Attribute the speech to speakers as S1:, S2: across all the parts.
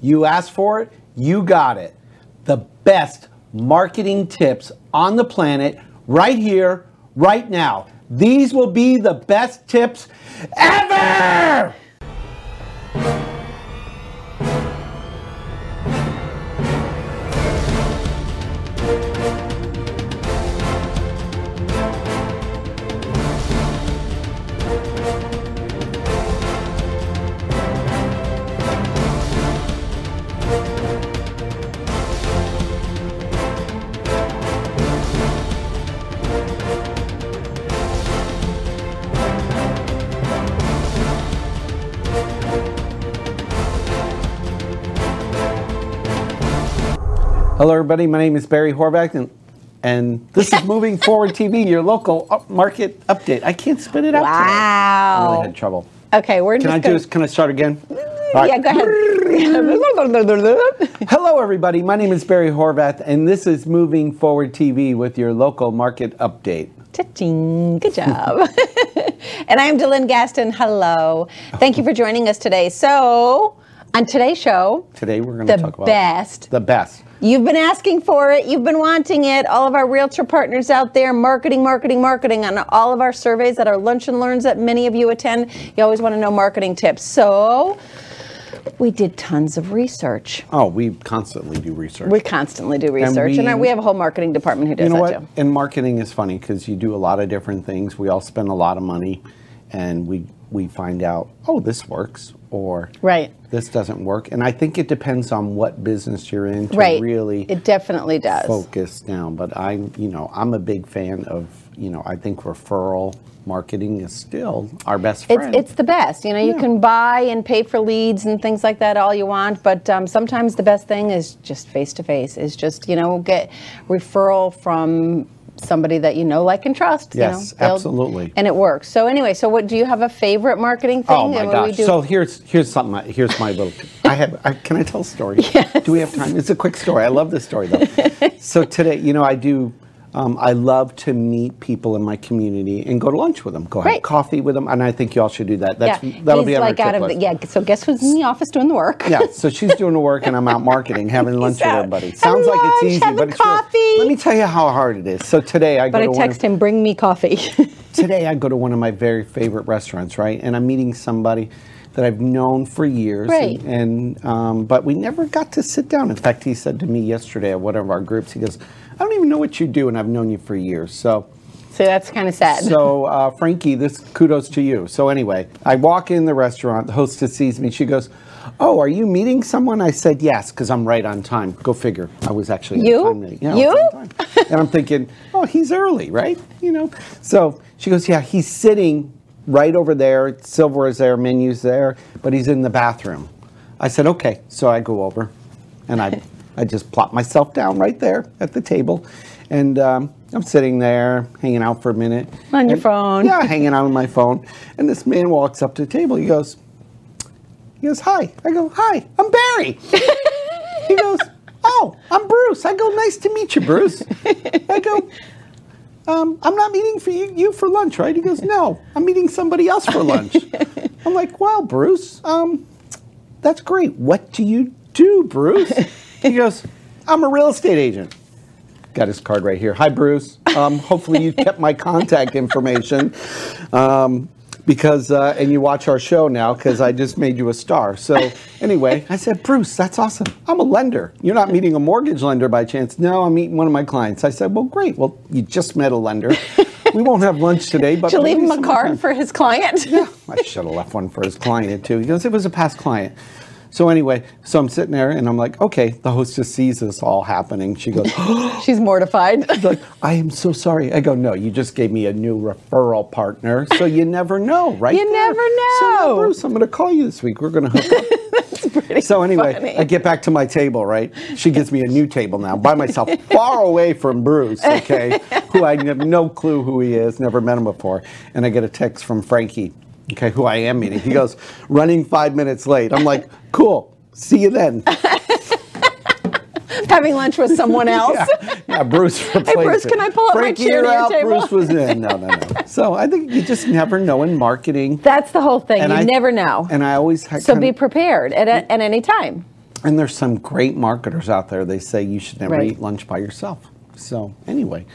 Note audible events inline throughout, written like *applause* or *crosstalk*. S1: You asked for it, you got it. The best marketing tips on the planet right here, right now. These will be the best tips ever! Hello, everybody. My name is Barry Horvath, and, and this is Moving Forward TV, your local up- market update. I can't spit it out. today. I really
S2: Wow.
S1: had trouble.
S2: Okay, we're
S1: Can I do
S2: just gonna-
S1: this? Can I start again? All
S2: Yeah,
S1: right.
S2: go ahead. *laughs*
S1: Hello, everybody. My name is Barry Horvath, and this is Moving Forward TV with your local market update.
S2: Cha-ching. Good job. *laughs* and I am Dylan Gaston. Hello. Thank you for joining us today. So, on today's show,
S1: Today, we're going to
S2: the
S1: talk about
S2: best.
S1: the best.
S2: You've been asking for it. You've been wanting it. All of our realtor partners out there, marketing, marketing, marketing, on all of our surveys at our lunch and learns that many of you attend. You always want to know marketing tips. So we did tons of research.
S1: Oh, we constantly do research.
S2: We constantly do research,
S1: we-
S2: and, our- we have a whole marketing department who does
S1: you know what?
S2: that too.
S1: And marketing is funny because you do a lot of different things. We all spend a lot of money, and we we find out, oh, this works, or
S2: Right.
S1: this doesn't work. And I think it depends on what business you're in to
S2: Right.
S1: really
S2: It definitely does.
S1: focus down. But I, you know, I'm a big fan of, you know, I think referral marketing is still our best
S2: It's,
S1: friend.
S2: it's the best. You know, you
S1: Yeah.
S2: can buy and pay for leads and things like that all you want, but um, sometimes the best thing is just face to face, is just, you know, get referral from somebody that you know, like, and trust. you know.
S1: Yes,
S2: They'll-
S1: absolutely.
S2: And it works. So, anyway, so what do you have a favorite marketing thing?
S1: Oh my
S2: And what do we
S1: gosh!
S2: do-
S1: So here's here's something. I, here's my little. I have. I, can I tell a
S2: *laughs*
S1: story? Yes. Do we have time? It's a quick story. I love this story though. so today, you know, I do. Um, I love to meet people in my community and go to lunch with them, go have
S2: Great.
S1: coffee with them, and I think y'all should do that. That's
S2: yeah,
S1: that'll
S2: he's
S1: be on
S2: like
S1: our
S2: out
S1: trip
S2: of the,
S1: list.
S2: yeah. So guess who's in the office doing the work?
S1: Yeah, so she's doing the work and I'm out marketing, having lunch with
S2: out.
S1: everybody.
S2: Have
S1: Sounds like it's
S2: lunch,
S1: easy,
S2: have a
S1: but it's real-
S2: coffee.
S1: Let me tell you how hard it is. So today I go
S2: But I
S1: to one of-
S2: text him, *laughs* bring me coffee.
S1: today I go to one of my very favorite restaurants, right? And I'm meeting somebody that I've known for years,
S2: Right.
S1: And, and, um, but we never got to sit down. In fact, he said to me yesterday at one of our groups, he goes, "I don't even know what you do, and I've known you for years." So.
S2: so that's kind of sad.
S1: So, uh, Frankie, this kudos to you. So, anyway, I walk in the restaurant. The hostess sees me. She goes, "Oh, are you meeting someone?" I said, "Yes," because I'm right on time. Go figure. I was actually
S2: You?
S1: on time. meeting. Yeah, I was
S2: You?
S1: on time. and I'm thinking, "Oh, he's early, right?" You know. So she goes, "Yeah, he's sitting right over there. Silver is there, menus there, but he's in the bathroom." I said, "Okay." So I go over, and I. I just plop myself down right there at the table, and um, I'm sitting there hanging out for a minute.
S2: On your
S1: And-
S2: phone.
S1: Yeah, hanging out on my phone. And this man walks up to the table. He goes, he goes, hi. I go, hi. I'm Barry. he goes, oh, I'm Bruce. I go, nice to meet you, Bruce. I go. Um, I'm not meeting for you, you for lunch, right? He goes, no, I'm meeting somebody else for lunch. I'm like, wow, Bruce, um, that's great. What do you do, Bruce? he
S2: *laughs*
S1: goes, I'm a real estate agent got his card right here. Hi, Bruce. Um, hopefully, you kept my contact information um, because, uh, and you watch our show now because I just made you a star. So, anyway, I said, Bruce, that's awesome. I'm a lender. You're not meeting a mortgage lender by chance. No, I'm meeting one of my clients. I said, Well, great. Well, you just met a lender. We won't have lunch today, but
S2: Did you leave
S1: maybe
S2: him a
S1: some other time."
S2: card for his client?
S1: yeah, I should have left one for his client too. He goes, it was a past client. So anyway, so I'm sitting there and I'm like, okay, the hostess sees this all happening. She goes,
S2: *laughs* She's mortified. *laughs*
S1: like, I am so sorry. I go, no, you just gave me a new referral partner. So you never know, right?
S2: You
S1: there.
S2: never
S1: So,
S2: know.
S1: Bruce, I'm going to call you this week. We're going to hook
S2: *laughs*
S1: up. So anyway,
S2: funny.
S1: I get back to my table, right? She gives me a new table now by myself, far away from Bruce, okay, who I have no clue who he is, never met him before. And I get a text from Frankie, okay, who I am meeting. He goes, running five minutes late. I'm like, cool, see you then.
S2: *laughs* having lunch with
S1: *laughs*
S2: someone else. *laughs*
S1: Yeah, yeah, Bruce replaced
S2: Bruce,
S1: it.
S2: can I pull up my
S1: Frankie, you're
S2: chair to your
S1: out,
S2: table?
S1: Bruce was in. No,
S2: *laughs*
S1: no, no. So I think you just never know in marketing.
S2: That's the whole thing. you
S1: I
S2: never know.
S1: And I always ha-
S2: so
S1: kinda-
S2: be prepared at, a, at any time.
S1: And there's some great marketers out there. They say you should never
S2: Right.
S1: eat lunch by yourself. So anyway,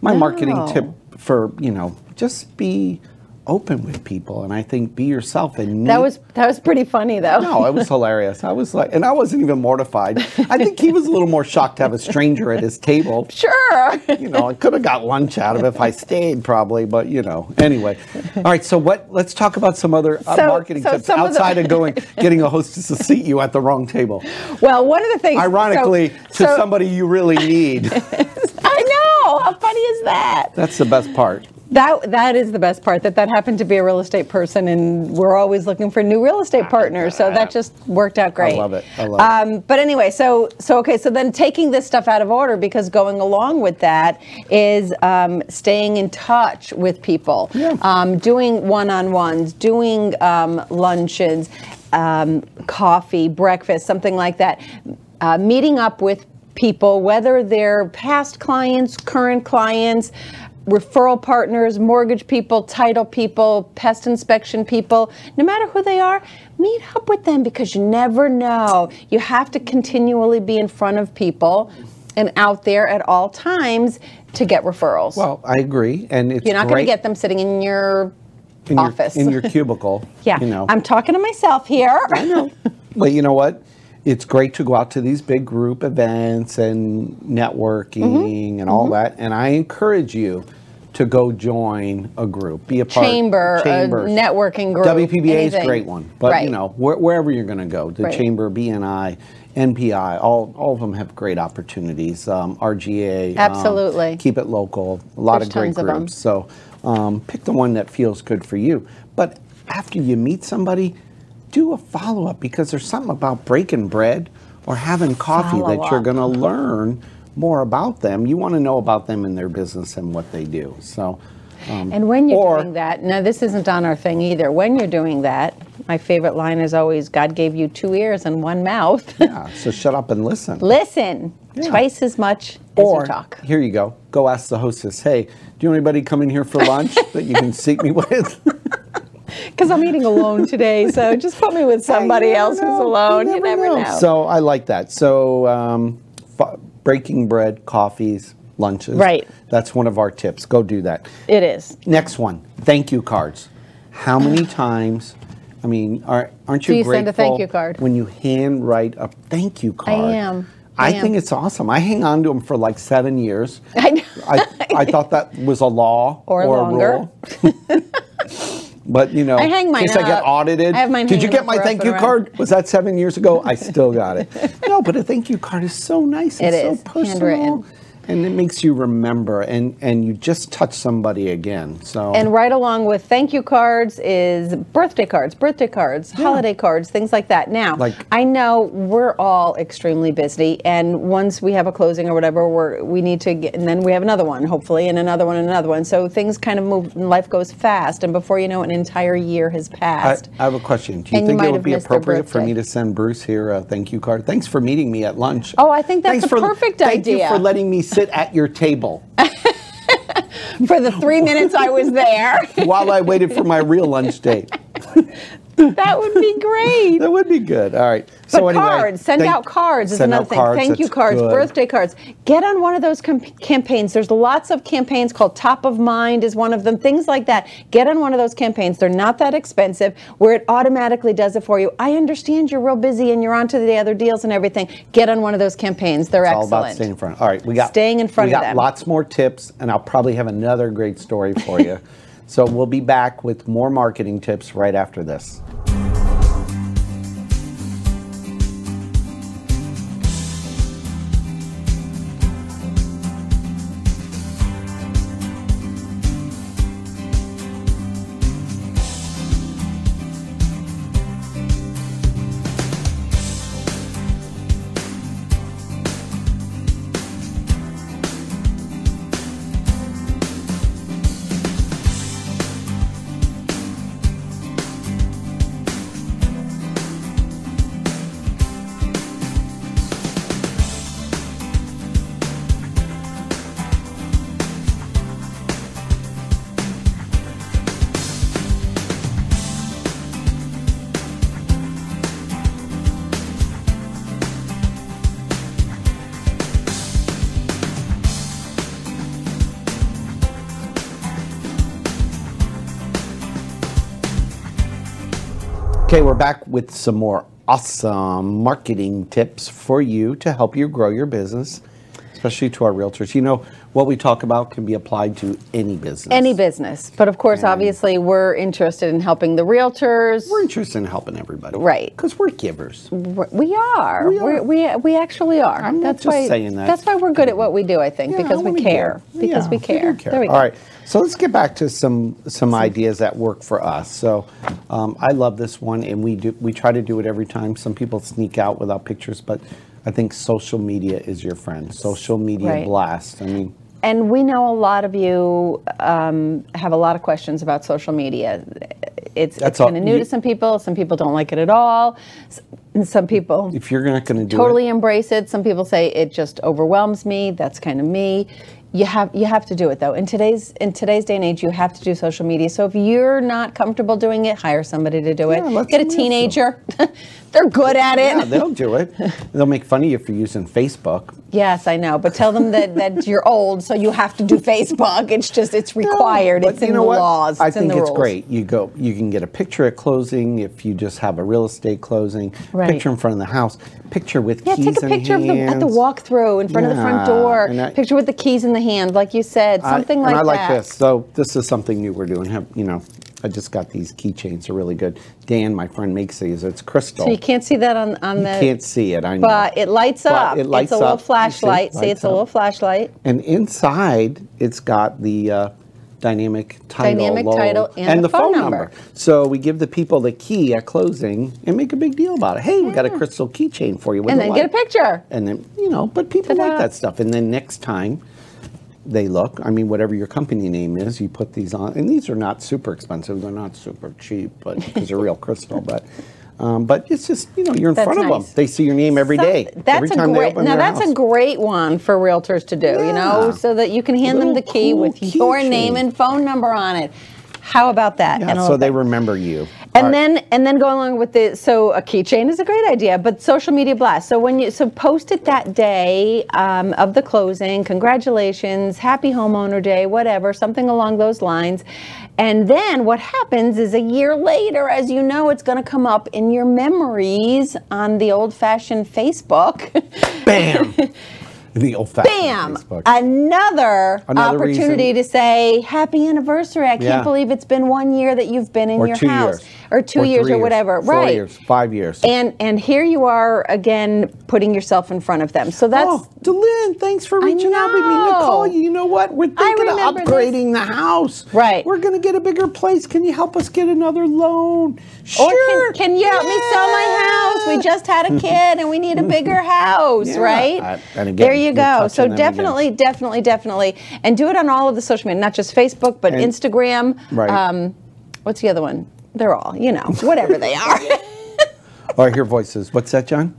S1: my marketing
S2: No.
S1: tip for you know just be open with people, and I think be yourself and
S2: That
S1: meet-
S2: was that was pretty funny though.
S1: Mm. *laughs* No, it was hilarious. I was like, and I wasn't even mortified. I think he was a little more shocked to have a stranger at his table.
S2: *laughs* Sure. *laughs*
S1: You know, I could have got lunch out of it if I stayed, probably. But you know, anyway. All right. So what? Let's talk about some other uh,
S2: So-
S1: marketing
S2: so
S1: tips
S2: some of the-
S1: outside of,
S2: *laughs*
S1: going getting a hostess to seat you at the wrong table.
S2: Well, one of the things
S1: Ironically,
S2: so-
S1: to
S2: so-
S1: somebody you really need.
S2: *laughs* I know. How funny is that?
S1: That's the best part.
S2: That that is the best part. That that happened to be a real estate person, and we're always looking for new real estate partners. So that just worked out great.
S1: love it. Ah, I love
S2: it. Um, but anyway, so so okay. So then taking this stuff out of order because going along with that is um, staying in touch with people,
S1: Yeah.
S2: um, doing one-on-ones, doing um, luncheons, um, coffee, breakfast, something like that. Uh, meeting up with people, whether they're past clients, current clients, referral partners, mortgage people, title people, pest inspection people, no matter who they are, meet up with them because you never know. You have to continually be in front of people and out there at all times to get referrals.
S1: Well, I agree, and it's
S2: You're not going
S1: great
S2: to get them sitting in your
S1: in your-
S2: office.
S1: in your cubicle.
S2: *laughs* yeah,
S1: you know.
S2: I'm talking to myself here. I know.
S1: But you know what? It's great to go out to these big group events and networking
S2: Mm-hmm.
S1: and all that. And I encourage you to go join a group, be a part
S2: Chamber, a
S1: Chambers.
S2: networking group,
S1: WPBA is a
S2: anything.
S1: great one, but
S2: Right.
S1: you know where, wherever you're going to go, the
S2: Right.
S1: chamber, BNI, NPI, all all of them have great opportunities. Um, RGA, um,
S2: Absolutely.
S1: keep it local. A lot
S2: There's
S1: of great
S2: tons of 'em.
S1: groups. So um, pick the one that feels good for you. But after you meet somebody, do a follow up because there's something about breaking bread or having coffee that you're
S2: Follow-up.
S1: going to learn more about them. You want to know about them and their business and what they do. So,
S2: *laughs*
S1: um,
S2: *laughs* And when you're
S1: or-
S2: doing that, now this isn't on our thing either. When you're doing that, my favorite line is always God gave you two ears and one mouth.
S1: yeah, so shut up and listen.
S2: *laughs* Listen
S1: Yeah.
S2: twice as much as
S1: or
S2: you talk.
S1: here you go. Go ask the hostess. Hey, do you know anybody coming here for
S2: *laughs*
S1: lunch that you can seat me with?
S2: Because I'm eating alone today, so just put me with somebody
S1: You never
S2: else who's
S1: know.
S2: alone. You never, know.
S1: So I like that. So um, f- breaking bread, coffees, lunches.
S2: Right.
S1: That's one of our tips. Go do that.
S2: it is.
S1: Next one. Thank you cards. How
S2: *sighs*
S1: many times? I mean, are, aren't you
S2: Do you
S1: grateful
S2: send a thank you card?
S1: when you handwrite a thank you card?
S2: am.
S1: I,
S2: I am.
S1: think it's awesome. I hang on to them for like seven years.
S2: *laughs* I know.
S1: I, I thought that was a law
S2: *laughs* Or
S1: or,
S2: longer.
S1: a rule. *laughs* but you know,
S2: I hang mine
S1: in case I get
S2: up.
S1: audited.
S2: I have mine
S1: Did you
S2: hanging
S1: get
S2: up
S1: my
S2: rough
S1: thank
S2: and
S1: you
S2: around."
S1: card? Was that seven years ago? I still got
S2: *laughs*
S1: it. no, but a thank you card is so nice.
S2: It
S1: It's
S2: is,
S1: so personal.
S2: handwritten.
S1: And it makes you remember, and and you just touch somebody again. So
S2: And right along with thank you cards is birthday cards, birthday cards, holiday cards, things like that. Now,
S1: Like-
S2: I know we're all extremely busy, and once we have a closing or whatever, we're, we need to get, and then we have another one, hopefully, and another one, and another one. So things kind of move, and life goes fast, and before you know it, an entire year has
S1: I,
S2: passed.
S1: I have a question. Do you
S2: And you
S1: think
S2: might
S1: it would
S2: have
S1: be
S2: missed their
S1: appropriate for me
S2: birthday.
S1: to send Bruce here a thank you card? Thanks for meeting me at lunch.
S2: Oh, I think that's
S1: Thanks
S2: a
S1: for,
S2: perfect
S1: thank
S2: idea.
S1: you for letting me sit at your
S2: *laughs*
S1: table
S2: For the three minutes I
S1: *laughs*
S2: was there,
S1: while I waited for my real lunch date.
S2: that would be great.
S1: That would be good. All right.
S2: But
S1: so anyway,
S2: cards, send
S1: thank-
S2: out cards is
S1: send
S2: another
S1: out
S2: thing.
S1: cards,
S2: Thank you
S1: that's
S2: cards,
S1: good.
S2: birthday cards. Get on one of those com- campaigns. There's lots of campaigns called Top of Mind is one of them. Things like that. Get on one of those campaigns. They're not that expensive. Where it automatically does it for you. I understand you're real busy and you're on to the other deals and everything. Get on one of those campaigns. They're
S1: All
S2: excellent.
S1: about staying in front. All right, we got
S2: Staying in front
S1: We
S2: of
S1: got
S2: them.
S1: lots more tips, and I'll probably have another great story for you.
S2: *laughs*
S1: so we'll be back with more marketing tips right after this. Okay, we're back with some more awesome marketing tips for you to help you grow your business, especially to our realtors. You know, what we talk about can be applied to any business.
S2: Any business. But of course, obviously, we're interested in helping the realtors.
S1: We're interested in helping everybody.
S2: Right.
S1: Because we're givers.
S2: We're, we are.
S1: We
S2: We
S1: are.
S2: are. We, we actually are.
S1: I'm not
S2: that's
S1: just
S2: why,
S1: saying that.
S2: That's why we're good at what we do, I think,
S1: Yeah,
S2: because
S1: we
S2: we
S1: do.
S2: care. Because
S1: Yeah,
S2: we
S1: do
S2: care. There we go.
S1: All right. So let's get back to some some ideas that work for us. So um, I love this one, and we do we try to do it every time. Some people sneak out without pictures, but I think social media is your friend. Social media
S2: Right.
S1: blast. I mean,
S2: And we know a lot of you um, have a lot of questions about social media. It's, it's
S1: That's all-
S2: kind of new
S1: you-
S2: to some people. Some people don't like it at all. S- And some people
S1: if you're not going to do
S2: totally
S1: it,
S2: embrace it. Some people say it just overwhelms me. That's kind of me. You have you have to do it though. In today's in today's day and age, you have to do social media. So if you're not comfortable doing it, hire somebody to do it.
S1: Yeah, let
S2: Get
S1: somebody
S2: a
S1: else do
S2: teenager. *laughs* They're good at
S1: *laughs*
S2: it.
S1: yeah, they'll do
S2: *laughs*
S1: it. They'll make fun of you for using Facebook.
S2: Yes, I know, but tell them that, that you're old, so you have to do Facebook. It's just it's
S1: *laughs*
S2: required.
S1: No, but
S2: it's
S1: you
S2: in
S1: know
S2: the
S1: what?
S2: laws. It's
S1: I
S2: in
S1: think
S2: the
S1: it's
S2: rules.
S1: great. You go, you can get a picture at closing if you just have a real estate closing.
S2: Right.
S1: Picture in front of the house. Picture with
S2: Yeah,
S1: keys
S2: take a
S1: in
S2: picture of the, at the
S1: hands.
S2: walkthrough in front of the
S1: Yeah,
S2: front door.
S1: and I-
S2: picture with the keys in the hand, like you said,
S1: I-
S2: something
S1: and
S2: like
S1: I like
S2: that.
S1: this. So this is something new we're doing. Have, you know, I just got these keychains. They're really good. Dan, my friend, makes these. It's crystal.
S2: So you can't see that on on
S1: You
S2: the.
S1: can't see it. I know.
S2: But it lights
S1: But
S2: up.
S1: it lights
S2: it's a little
S1: up. You see,
S2: flashlight. See,
S1: lights
S2: it's a little
S1: up.
S2: flashlight.
S1: and inside, it's got the uh, dynamic title,
S2: Dynamic
S1: logo
S2: title and the phone number.
S1: So we give the people the key at closing and make a big deal about it. Hey, we got a crystal keychain for you. with
S2: And
S1: a
S2: then get a
S1: light.
S2: picture.
S1: And then, you know, but people
S2: Ta-da.
S1: like that stuff. And then next time they look, I mean, whatever your company name is, you put these on. And these are not super expensive. They're not super cheap, but because they're
S2: *laughs*
S1: real crystal. But um, but it's just, you know, you're in
S2: That's
S1: front of
S2: nice.
S1: them. They see your name every
S2: Some-
S1: day.
S2: That's
S1: every
S2: a
S1: time
S2: great.
S1: they open
S2: now
S1: their
S2: that's
S1: house.
S2: a great one for realtors to do. You
S1: Yeah.
S2: know, so that you can hand them the
S1: Little
S2: key
S1: cool
S2: with your
S1: keychain.
S2: name and phone number on it. How about that?
S1: Yeah,
S2: And
S1: so
S2: a little
S1: they
S2: bit-
S1: remember you.
S2: And
S1: All right.
S2: then and then go along with the so a keychain is a great idea, but social media blast. So when you so post it that day um, of the closing, congratulations, happy homeowner day, whatever, something along those lines. And then what happens is a year later, as you know, it's going to come up in your memories on the old-fashioned Facebook. *laughs*
S1: Bam! the old fashioned
S2: Bam!
S1: Facebook.
S2: Another,
S1: Another
S2: opportunity
S1: reason.
S2: to say happy anniversary. I can't
S1: Yeah.
S2: believe it's been one year that you've been in
S1: or
S2: your
S1: two
S2: house,
S1: years.
S2: or two years,
S1: three
S2: or whatever.
S1: Four
S2: right.
S1: years. Five years.
S2: And and here you are again putting yourself in front of them. So that's
S1: oh, DeLynn, thanks for reaching out. We mean to call
S2: know.
S1: you. You know what? We're thinking of
S2: remember this.
S1: upgrading the house.
S2: Right.
S1: We're going to get a bigger place. Can you help us get another loan?
S2: or
S1: Oh, Sure.
S2: can, can you help me sell my house? We
S1: Yeah.
S2: just had a kid and we need a
S1: *laughs*
S2: bigger house,
S1: Yeah.
S2: right?
S1: I- and again,
S2: there you
S1: you're
S2: go.
S1: touching
S2: So
S1: them again.
S2: definitely, definitely, definitely, and do it on all of the social media, not just Facebook, but
S1: And-
S2: Instagram.
S1: Right.
S2: Um, what's the other one? They're all, you know, whatever
S1: *laughs*
S2: they are.
S1: Or Oh, I hear voices. What's that, John?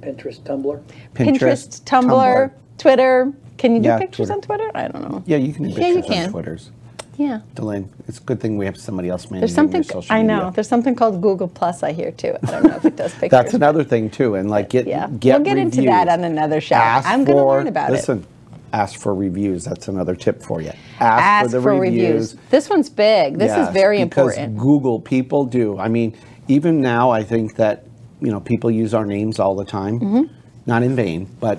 S3: Pinterest, Tumblr.
S2: Pinterest, Tumblr, Twitter. Can you do
S1: Yeah,
S2: pictures
S1: Twitter.
S2: on Twitter? I don't know.
S1: Yeah, you can do
S2: Yeah, you
S1: pictures
S2: can.
S1: on Twitters.
S2: Yeah.
S1: DeLynn, it's a good thing we have somebody else managing
S2: There's something
S1: your social
S2: I
S1: media.
S2: know. There's something called Google Plus I hear too. I don't know if it does
S1: *laughs*
S2: pictures.
S1: That's another thing too, and like get
S2: Yeah.
S1: get
S2: We'll get into
S1: reviews.
S2: that on another show.
S1: Ask
S2: I'm gonna
S1: for-
S2: learn about it.
S1: Listen, ask for reviews. That's another tip for you. Ask,
S2: Ask
S1: for the
S2: reviews. This one's big. This
S1: Yes,
S2: is very
S1: because
S2: important.
S1: Google people do. I mean, even now, I think that you know people use our names all the time, not in vain, but it-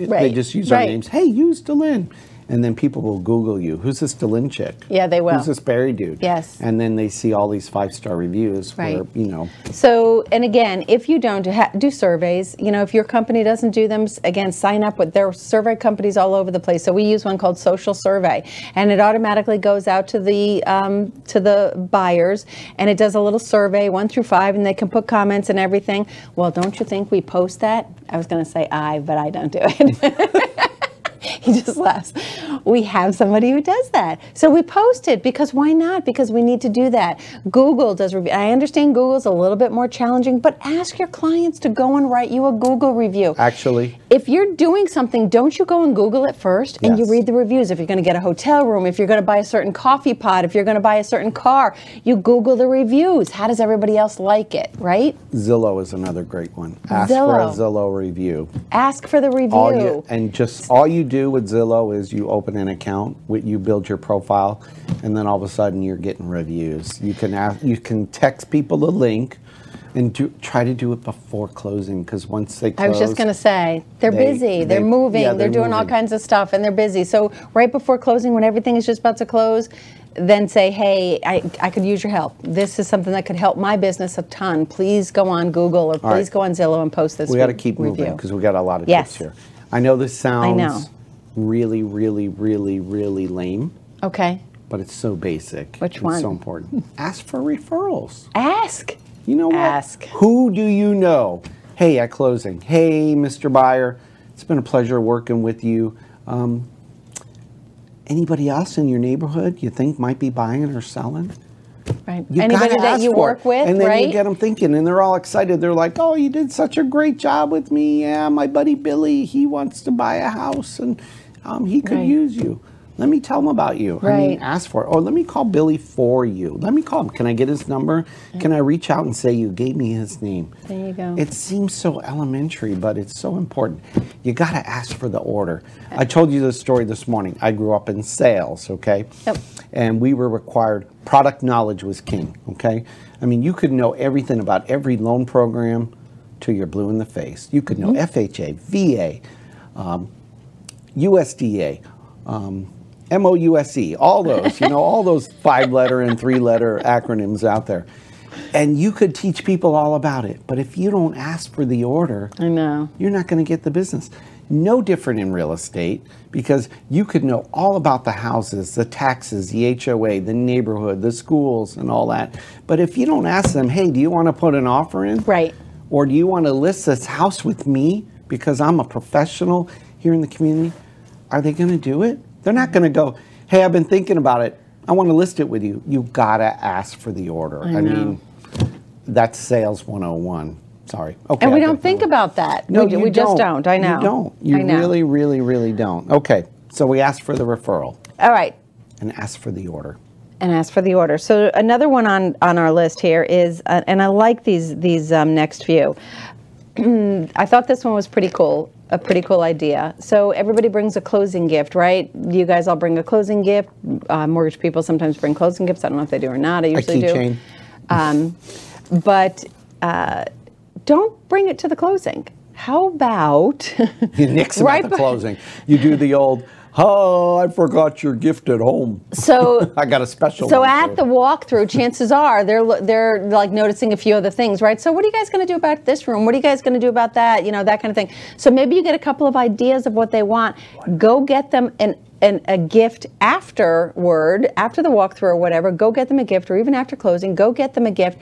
S1: they
S2: Mm-hmm. Right,
S1: just use our
S2: right.
S1: names. Hey, use Delin. And then people will Google you. Who's this Delin chick?
S2: Yeah, they will.
S1: Who's this Barry dude?
S2: Yes.
S1: And then they see all these five star reviews
S2: Right.
S1: where, you know,
S2: So, and again, if you don't do, ha- do surveys, you know, if your company doesn't do them, s- again, sign up with their survey companies all over the place. So we use one called Social Survey, and it automatically goes out to the um, to the buyers, and it does a little survey, one through five, and they can put comments and everything. Well, don't you think we post that? I was going to say I, but I don't do it. *laughs* He just laughs. We have somebody who does that. So we post it because why not? Because we need to do that. Google does review. I understand Google's a little bit more challenging, but ask your clients to go and write you a Google review.
S1: actually.
S2: If you're doing something, don't you go and Google it first and
S1: Yes.
S2: you read the reviews? If you're going to get a hotel room, if you're going to buy a certain coffee pot, if you're going to buy a certain car, you Google the reviews. How does everybody else like it, right?
S1: Zillow is another great one. Ask for a
S2: Zillow.
S1: Zillow review.
S2: Ask for the review.
S1: All you, and just all you do with Zillow is you open an account, wi- you build your profile, and then all of a sudden you're getting reviews. You can ask, you can text people a link and do, try to do it before closing because once they close,
S2: I was just going to say, they're
S1: They-
S2: busy, they're
S1: they-
S2: moving,
S1: yeah,
S2: they're,
S1: they're
S2: doing all
S1: moving.
S2: kinds of stuff, and they're busy. So, right before closing, when everything is just about to close, then say, hey, I, I could use your help. This is something that could help my business a ton. Please go on Google or please
S1: right.
S2: go on Zillow and post this.
S1: we got to
S2: re-
S1: keep
S2: review.
S1: moving because we got a lot of
S2: Yes.
S1: tips here. I know this sounds
S2: know.
S1: really, really, really, really lame,
S2: Okay.
S1: but it's so basic.
S2: Which
S1: It's
S2: one?
S1: so important. Ask for referrals.
S2: Ask.
S1: You know what?
S2: Ask.
S1: Who do you know? Hey, at closing. Hey, Mr. Buyer. It's been a pleasure working with you. Um, anybody else in your neighborhood you think might be buying or selling?
S2: Right.
S1: You
S2: Anybody
S1: gotta
S2: that
S1: ask
S2: you
S1: for it.
S2: work with,
S1: and then
S2: right?
S1: you get them thinking, and they're all excited. They're like, "Oh, you did such a great job with me. Yeah, my buddy Billy, he wants to buy a house, and um, he could
S2: Right.
S1: use you. Let me tell him about you. I
S2: Right.
S1: mean, ask for it. Or let me call Billy for you. Let me call him. Can I get his number? Can I reach out and say you gave me his name?
S2: There you go.
S1: It seems so elementary, but it's so important. You got to ask for the order. I told you the story this morning. I grew up in sales, okay?
S2: Yep.
S1: And we were required, product knowledge was king, okay? I mean, you could know everything about every loan program till you're blue in the face. You could know FHA, VA, um, USDA, um, MOUSE, E, all those, you know, all those five letter and three letter acronyms out there. And you could teach people all about it. But if you don't ask for the order,
S2: I know.
S1: you're not going to get the business. No different in real estate because you could know all about the houses, the taxes, the HOA, the neighborhood, the schools, and all that. But if you don't ask them, hey, do you want to put an offer in?
S2: Right.
S1: Or do you want to list this house with me because I'm a professional here in the community? Are they going to do it? They're not going to go, hey, I've been thinking about it. I want to list it with you. You got to ask for the order. I, mean, that's sales 101. Sorry. Okay.
S2: And we
S1: I
S2: don't
S1: got
S2: think
S1: that one.
S2: about that.
S1: No,
S2: we,
S1: you
S2: we just don't. I know.
S1: You don't. You
S2: I know.
S1: really, really, really don't. Okay. So we asked for the referral
S2: All right.
S1: and asked for the order.
S2: and ask for the order. So another one on on our list here is, uh, and I like these these um, next few. *clears throat* I thought this one was pretty cool, a pretty cool idea. So everybody brings a closing gift, right? You guys all bring a closing gift. Uh, mortgage people sometimes bring closing gifts. I don't know if they do or not. I
S1: A
S2: usually do.
S1: keychain.
S2: But uh, don't bring it to the closing. How about *laughs*
S1: You nix about *laughs*
S2: Right
S1: the
S2: be-
S1: closing. You do the old, oh, I forgot your gift at home.
S2: so
S1: I got a special.
S2: So
S1: one
S2: at
S1: for
S2: the walkthrough, chances are they're lo- they're like noticing a few other things, right? So what are you guys going to do about this room? What are you guys going to do about that? You know that kind of thing. So maybe you get a couple of ideas of what they want. Go get them an. an a gift afterward, after the walkthrough or whatever, go get them a gift, or even after closing, go get them a gift.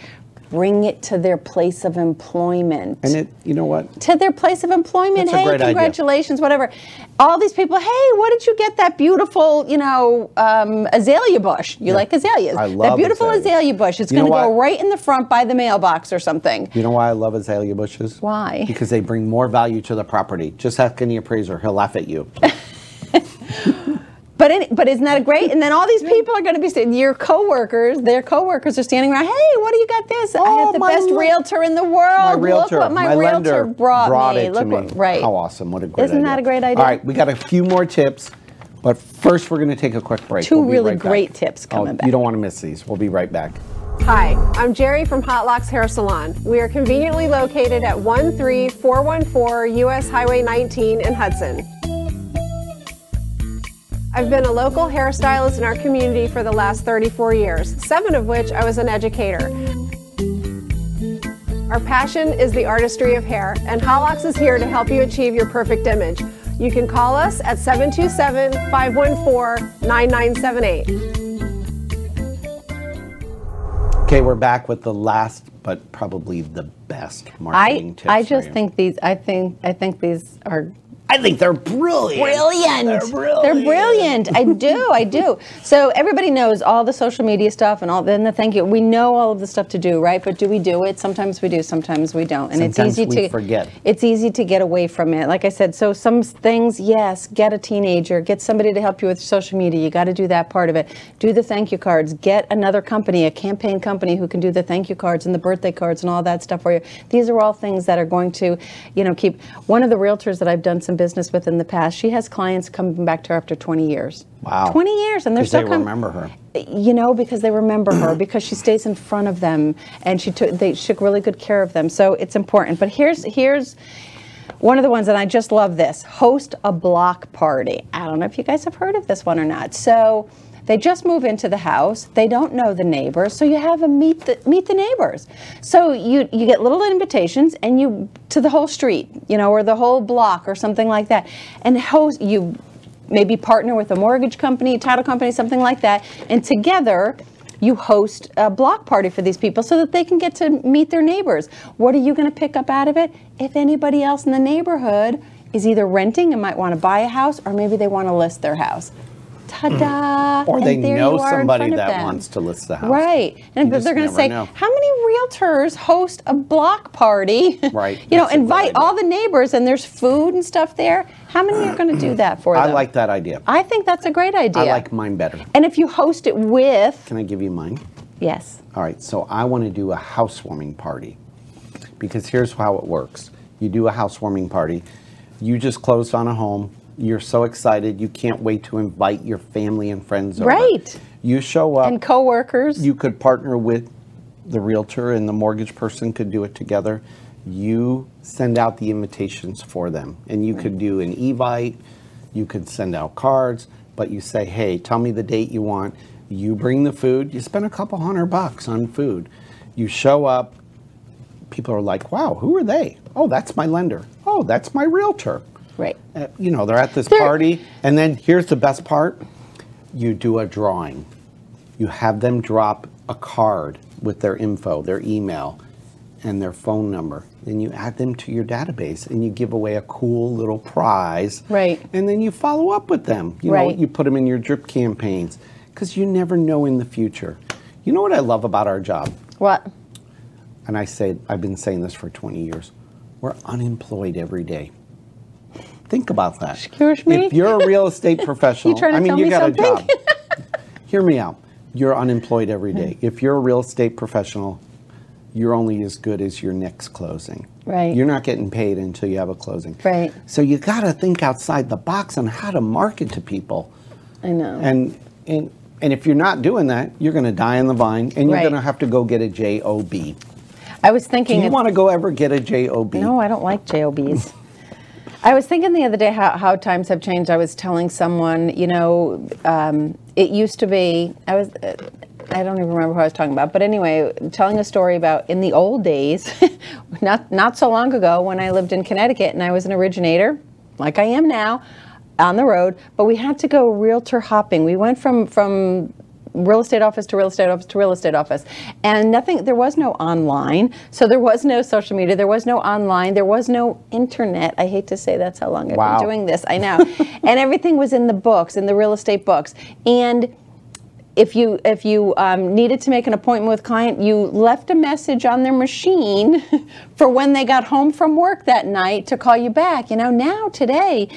S2: Bring it to their place of employment
S1: and it, you know what?
S2: to their place of employment.
S1: That's a
S2: hey,
S1: great idea.
S2: congratulations, whatever. All these people, hey, what did you get that beautiful, you know, um, azalea bush? You
S1: Yeah.
S2: like azaleas.
S1: I
S2: that
S1: love
S2: beautiful
S1: azaleas.
S2: azalea bush. It's
S1: You know
S2: going to go
S1: what?
S2: right in the front by the mailbox or something.
S1: You know why I love azalea bushes?
S2: Why?
S1: Because they bring more value to the property. Just ask any appraiser; he'll laugh at you.
S2: But it, but isn't that great? And then all these people are going to be saying, your coworkers, their coworkers are standing around. Hey, what do you got this? I
S1: Oh,
S2: have the
S1: my
S2: best
S1: le-
S2: realtor in the world.
S1: my realtor,
S2: Oh, Look what my,
S1: lender
S2: realtor brought, me.
S1: it
S2: Look
S1: to me.
S2: what right.
S1: How awesome! What a great
S2: Isn't that a great idea?
S1: All right, we got a few more tips, but first we're going to take a quick break.
S2: Two
S1: be
S2: really
S1: right back.
S2: great tips
S1: oh,
S2: coming
S1: You
S2: back.
S1: don't want to miss these. We'll be right back.
S4: Hi, I'm Jerry from Hot Locks Hair Salon. We are conveniently located at 13414 US Highway 19 in Hudson. I've been a local hairstylist in our community for the last 34 years, seven of which I was an educator. Our passion is the artistry of hair, and Hot Locks is here to help you achieve your perfect image. You can call us at 727 514 9978.
S1: Okay, we're back with the last, but probably the best marketing
S2: I
S1: tips.
S2: I
S1: for
S2: just
S1: you.
S2: think these I think I think these are
S1: I think they're brilliant.
S2: brilliant.
S1: They're brilliant.
S2: They're brilliant. I do. I do. So everybody knows all the social media stuff and all. Then the thank you. We know all of the stuff to do, right? But do we do it? Sometimes we do. Sometimes we don't. And
S1: Sometimes
S2: it's easy
S1: we
S2: to
S1: forget.
S2: It's easy to get away from it. Like I said, so some things, yes, get a teenager, get somebody to help you with social media. You got to do that part of it. Do the thank you cards. Get another company, a campaign company who can do the thank you cards and the birthday cards and all that stuff for you. These are all things that are going to, you know, keep. One of the realtors that I've done some business business with in the past, she has clients coming back to her after 20 years.
S1: Wow.
S2: 20 years, and they're
S1: Because
S2: still
S1: they
S2: com-
S1: remember her.
S2: You know, because they remember her, because she stays in front of them, and she took they took really good care of them. So it's important. But here's here's one of the ones, and I just love this host a block party. I don't know if you guys have heard of this one or not. So they just move into the house. They don't know the neighbors, so you have a meet the meet the neighbors. So you you get little invitations, and you to the whole street, you know, or the whole block, or something like that, and host you maybe partner with a mortgage company, title company, something like that, and together you host a block party for these people so that they can get to meet their neighbors. What are you going to pick up out of it? If anybody else in the neighborhood is either renting and might want to buy a house, or maybe they want to list their house. Ta-da!
S1: Or
S2: And
S1: they
S2: there
S1: know
S2: you are in
S1: somebody
S2: front of
S1: that
S2: them.
S1: wants to list the house.
S2: Right, and
S1: You
S2: but
S1: just
S2: they're going to
S1: never
S2: say,
S1: know.
S2: "How many realtors host a block party?" *laughs*
S1: Right,
S2: you know,
S1: that's a good
S2: invite
S1: idea.
S2: all the neighbors, and there's food and stuff there. How many are going to do that for
S1: I
S2: them?
S1: like that idea.
S2: I think that's a great idea.
S1: I like mine better.
S2: And if you host it with,
S1: Can I give you mine?
S2: yes,
S1: All right, so I want to do a housewarming party because here's how it works. You do a housewarming party, you just closed on a home, you're so excited, you can't wait to invite your family and friends over.
S2: Right.
S1: You show up,
S2: and coworkers,
S1: Uh, you could partner with the realtor and the mortgage person could do it together. You send out the invitations for them, and you could do an evite. You could send out cards, but you say, "Hey, tell me the date you want." You bring the food. You spend a couple hundred bucks on food. You show up. People are like, "Wow, who are they?" "Oh, that's my lender." "Oh, that's my realtor."
S2: right?
S1: Uh, you know, they're at this
S2: They're-
S1: party, and then here's the best part: you do a drawing. You have them drop a card with their info, their email, and their phone number. Then you add them to your database, and you give away a cool little prize.
S2: Right.
S1: And then you follow up with them. You
S2: Right.
S1: know, you put them in your drip campaigns because you never know in the future. You know what I love about our job,
S2: What?
S1: and I say I've been saying this for 20 years. We're unemployed every day. Think about that.
S2: Excuse me?
S1: If you're a real estate professional,
S2: *laughs* You trying to
S1: I mean,
S2: tell
S1: you
S2: me
S1: got a
S2: something?
S1: job.
S2: *laughs*
S1: Hear me out. You're unemployed every day.
S2: Hmm.
S1: If you're a real estate professional, you're only as good as your next closing.
S2: Right.
S1: You're not getting paid until you have a closing.
S2: Right.
S1: So you got to think outside the box on how to market to people.
S2: I know.
S1: And and and if you're not doing that, you're going to die in the vine, and you're
S2: Right.
S1: going to have to go get a job.
S2: I was thinking.
S1: Do you
S2: it's-
S1: want to go ever get a job?
S2: No, I don't like JOBs. I was thinking the other day how, how times have changed. I was telling someone, you know, um, it used to be, I was, uh, I don't even remember who I was talking about, but anyway, telling a story about in the old days, *laughs* not, not so long ago when I lived in Connecticut and I was an originator, like I am now, on the road, but we had to go realtor hopping. We went from, from real estate office to real estate office to real estate office. And nothing, there was no online. So there was no social media. There was no online. There was no internet. I hate to say that's how long I've
S1: Wow.
S2: been doing this. I know. *laughs* and everything was in the books, in the real estate books. And if you if you um, needed to make an appointment with client, you left a message on their machine *laughs* for when they got home from work that night to call you back. You know, now today,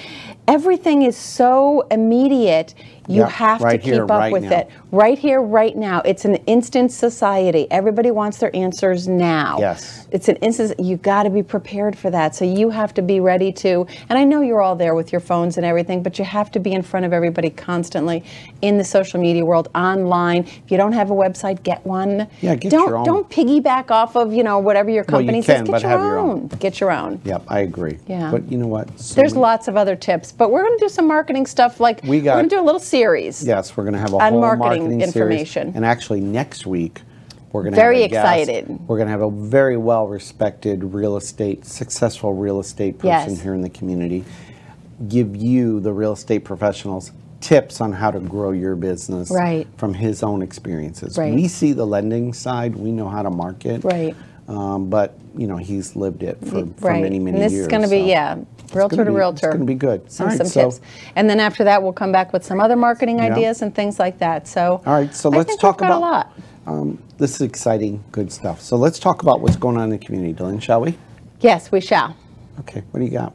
S2: everything is so immediate. You
S1: Yeah,
S2: have
S1: right
S2: to keep
S1: here,
S2: up
S1: right
S2: with
S1: now.
S2: it right here, right now. It's an instant society. Everybody wants their answers now.
S1: Yes.
S2: It's an instant, you got to be prepared for that. So you have to be ready to, and I know you're all there with your phones and everything, but you have to be in front of everybody constantly in the social media world, online. If you don't have a website, get one.
S1: Yeah, get
S2: don't,
S1: your own.
S2: Don't piggyback off of, you know, whatever your
S1: Well, you
S2: company
S1: can,
S2: says. Get
S1: but
S2: your,
S1: have
S2: own.
S1: your own.
S2: Get your own.
S1: Yep, I agree.
S2: Yeah.
S1: But you know what? So
S2: There's
S1: many-
S2: lots of other tips, but we're going to do some marketing stuff like
S1: We
S2: are
S1: got-
S2: going to do a little series.
S1: Yes, we're going to have a
S2: on
S1: whole
S2: marketing
S1: marketing series.
S2: information.
S1: And actually, next week we're going to
S2: Very
S1: have a guest.
S2: excited.
S1: We're going to have a very well-respected real estate, successful real estate person
S2: Yes.
S1: here in the community. Give you the real estate professionals tips on how to grow your business
S2: Right.
S1: from his own experiences.
S2: Right.
S1: We see the lending side; we know how to market.
S2: Right.
S1: Um, but you know, he's lived it for, for
S2: right.
S1: many, many
S2: and this
S1: years.
S2: is going to be
S1: so
S2: yeah,
S1: gonna
S2: realtor to
S1: be- it's
S2: realtor.
S1: gonna be good.
S2: Some,
S1: All right,
S2: some
S1: so-
S2: tips, and then after that, we'll come back with some other marketing
S1: Yeah.
S2: ideas and things like that. So
S1: All right, so
S2: I
S1: let's
S2: think
S1: talk
S2: we've
S1: about
S2: got a lot.
S1: Um, this is exciting, good stuff. So let's talk about what's going on in the community, Dylan, shall we?
S2: Yes, we shall.
S1: Okay, what do you got?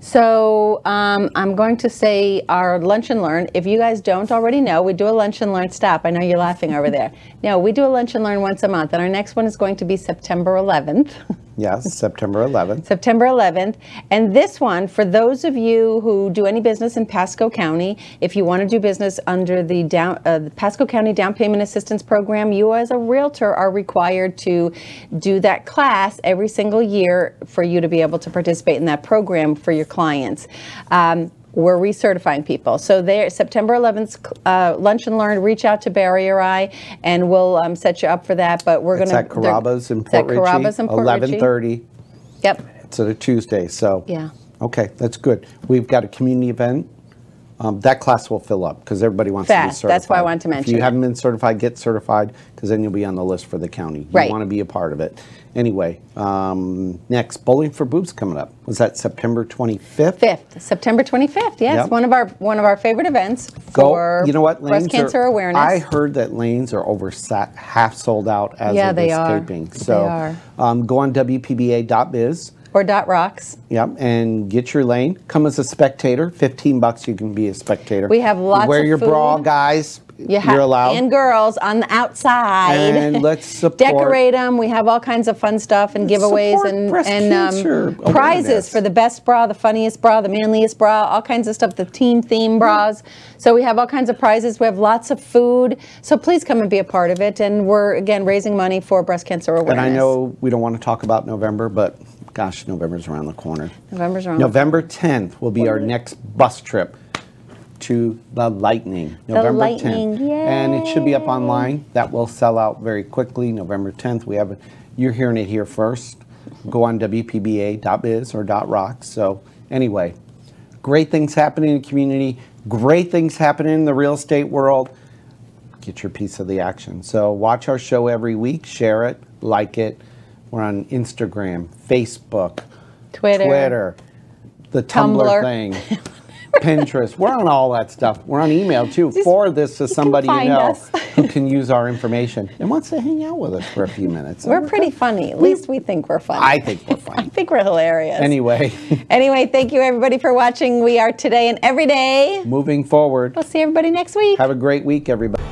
S2: So um, I'm going to say our lunch and learn. If you guys don't already know, we do a lunch and learn. Stop. I know you're *laughs* laughing over there. No, we do a lunch and learn once a month, and our next one is going to be September 11th.
S1: Yes, September 11th.
S2: September 11th. And this one, for those of you who do any business in Pasco County, if you want to do business under the, down, uh, the Pasco County Down Payment Assistance Program, you as a realtor are required to do that class every single year for you to be able to participate in that program for your clients. Um, we're recertifying people. So there, September 11th, uh, Lunch and Learn, reach out to Barrier Eye, and we'll um, set you up for that. But we're going
S1: It's
S2: to...
S1: at Carrabba's in Port Ritchie.
S2: Carrabba's in Port Ritchie.
S1: 11:30.
S2: Yep.
S1: It's a Tuesday, so.
S2: Yeah.
S1: Okay, that's good. We've got a community event. Um, that class will fill up because everybody wants to be
S2: Fast,
S1: certified.
S2: that's why I wanted to mention
S1: If you
S2: it.
S1: haven't been certified, get certified because then you'll be on the list for the county. You
S2: Right.
S1: want to be a part of it. Anyway, um, next, Bowling for Boobs coming up. Was that September 25th?
S2: 5th, September 25th. Yes,
S1: Yep.
S2: one of our one of our favorite events
S1: Go.
S2: for
S1: you know what?
S2: breast
S1: lanes
S2: cancer
S1: are,
S2: awareness.
S1: I heard that lanes are over sa- half sold out as
S2: Yeah,
S1: of
S2: they
S1: this
S2: are.
S1: taping.
S2: They
S1: So
S2: are.
S1: Um, go on WPBA.biz.
S2: or dot rocks.
S1: Yep, and get your lane. Come as a spectator. Fifteen bucks, you can be a spectator.
S2: We have lots
S1: Wear
S2: of
S1: your bra,
S2: food.
S1: guys. You
S2: You ha-
S1: are allowed.
S2: and girls on the outside. *laughs*
S1: And let's support-
S2: decorate them. We have all kinds of fun stuff and giveaways
S1: Support
S2: and
S1: breast
S2: and um,
S1: cancer awareness.
S2: prizes for the best bra, the funniest bra, the manliest bra, all kinds of stuff. The team
S1: Mm-hmm.
S2: theme bras. So we have all kinds of prizes. We have lots of food. So please come and be a part of it. And we're again raising money for breast cancer awareness.
S1: And I know we don't want to talk about November, but gosh, November's around the corner.
S2: November's around.
S1: November tenth will be our next bus trip to the Lightning. November tenth,
S2: Lightning,
S1: and it should be up
S2: yay.
S1: online. That will sell out very quickly. November tenth, we have. A, you're hearing it here first. Go on WPBA.biz or .rocks. So anyway, great things happening in the community. Great things happening in the real estate world. Get your piece of the action. So watch our show every week. Share it, like it. We're on Instagram, Facebook,
S2: Twitter.
S1: Twitter, the Tumblr,
S2: Tumblr. *laughs*
S1: thing, Pinterest. We're on all that stuff. We're on email too.
S2: Just-
S1: Forward this to somebody you
S2: find
S1: know
S2: us.
S1: who can use our information and wants to hang out with us for a few minutes.
S2: We're pretty funny. At least we think we're funny.
S1: I think we're
S2: I
S1: fine.
S2: think we're hilarious.
S1: anyway, *laughs*
S2: Anyway, thank you everybody for watching. We are today and every day.
S1: moving forward.
S2: We'll see everybody next week.
S1: Have a great week, everybody.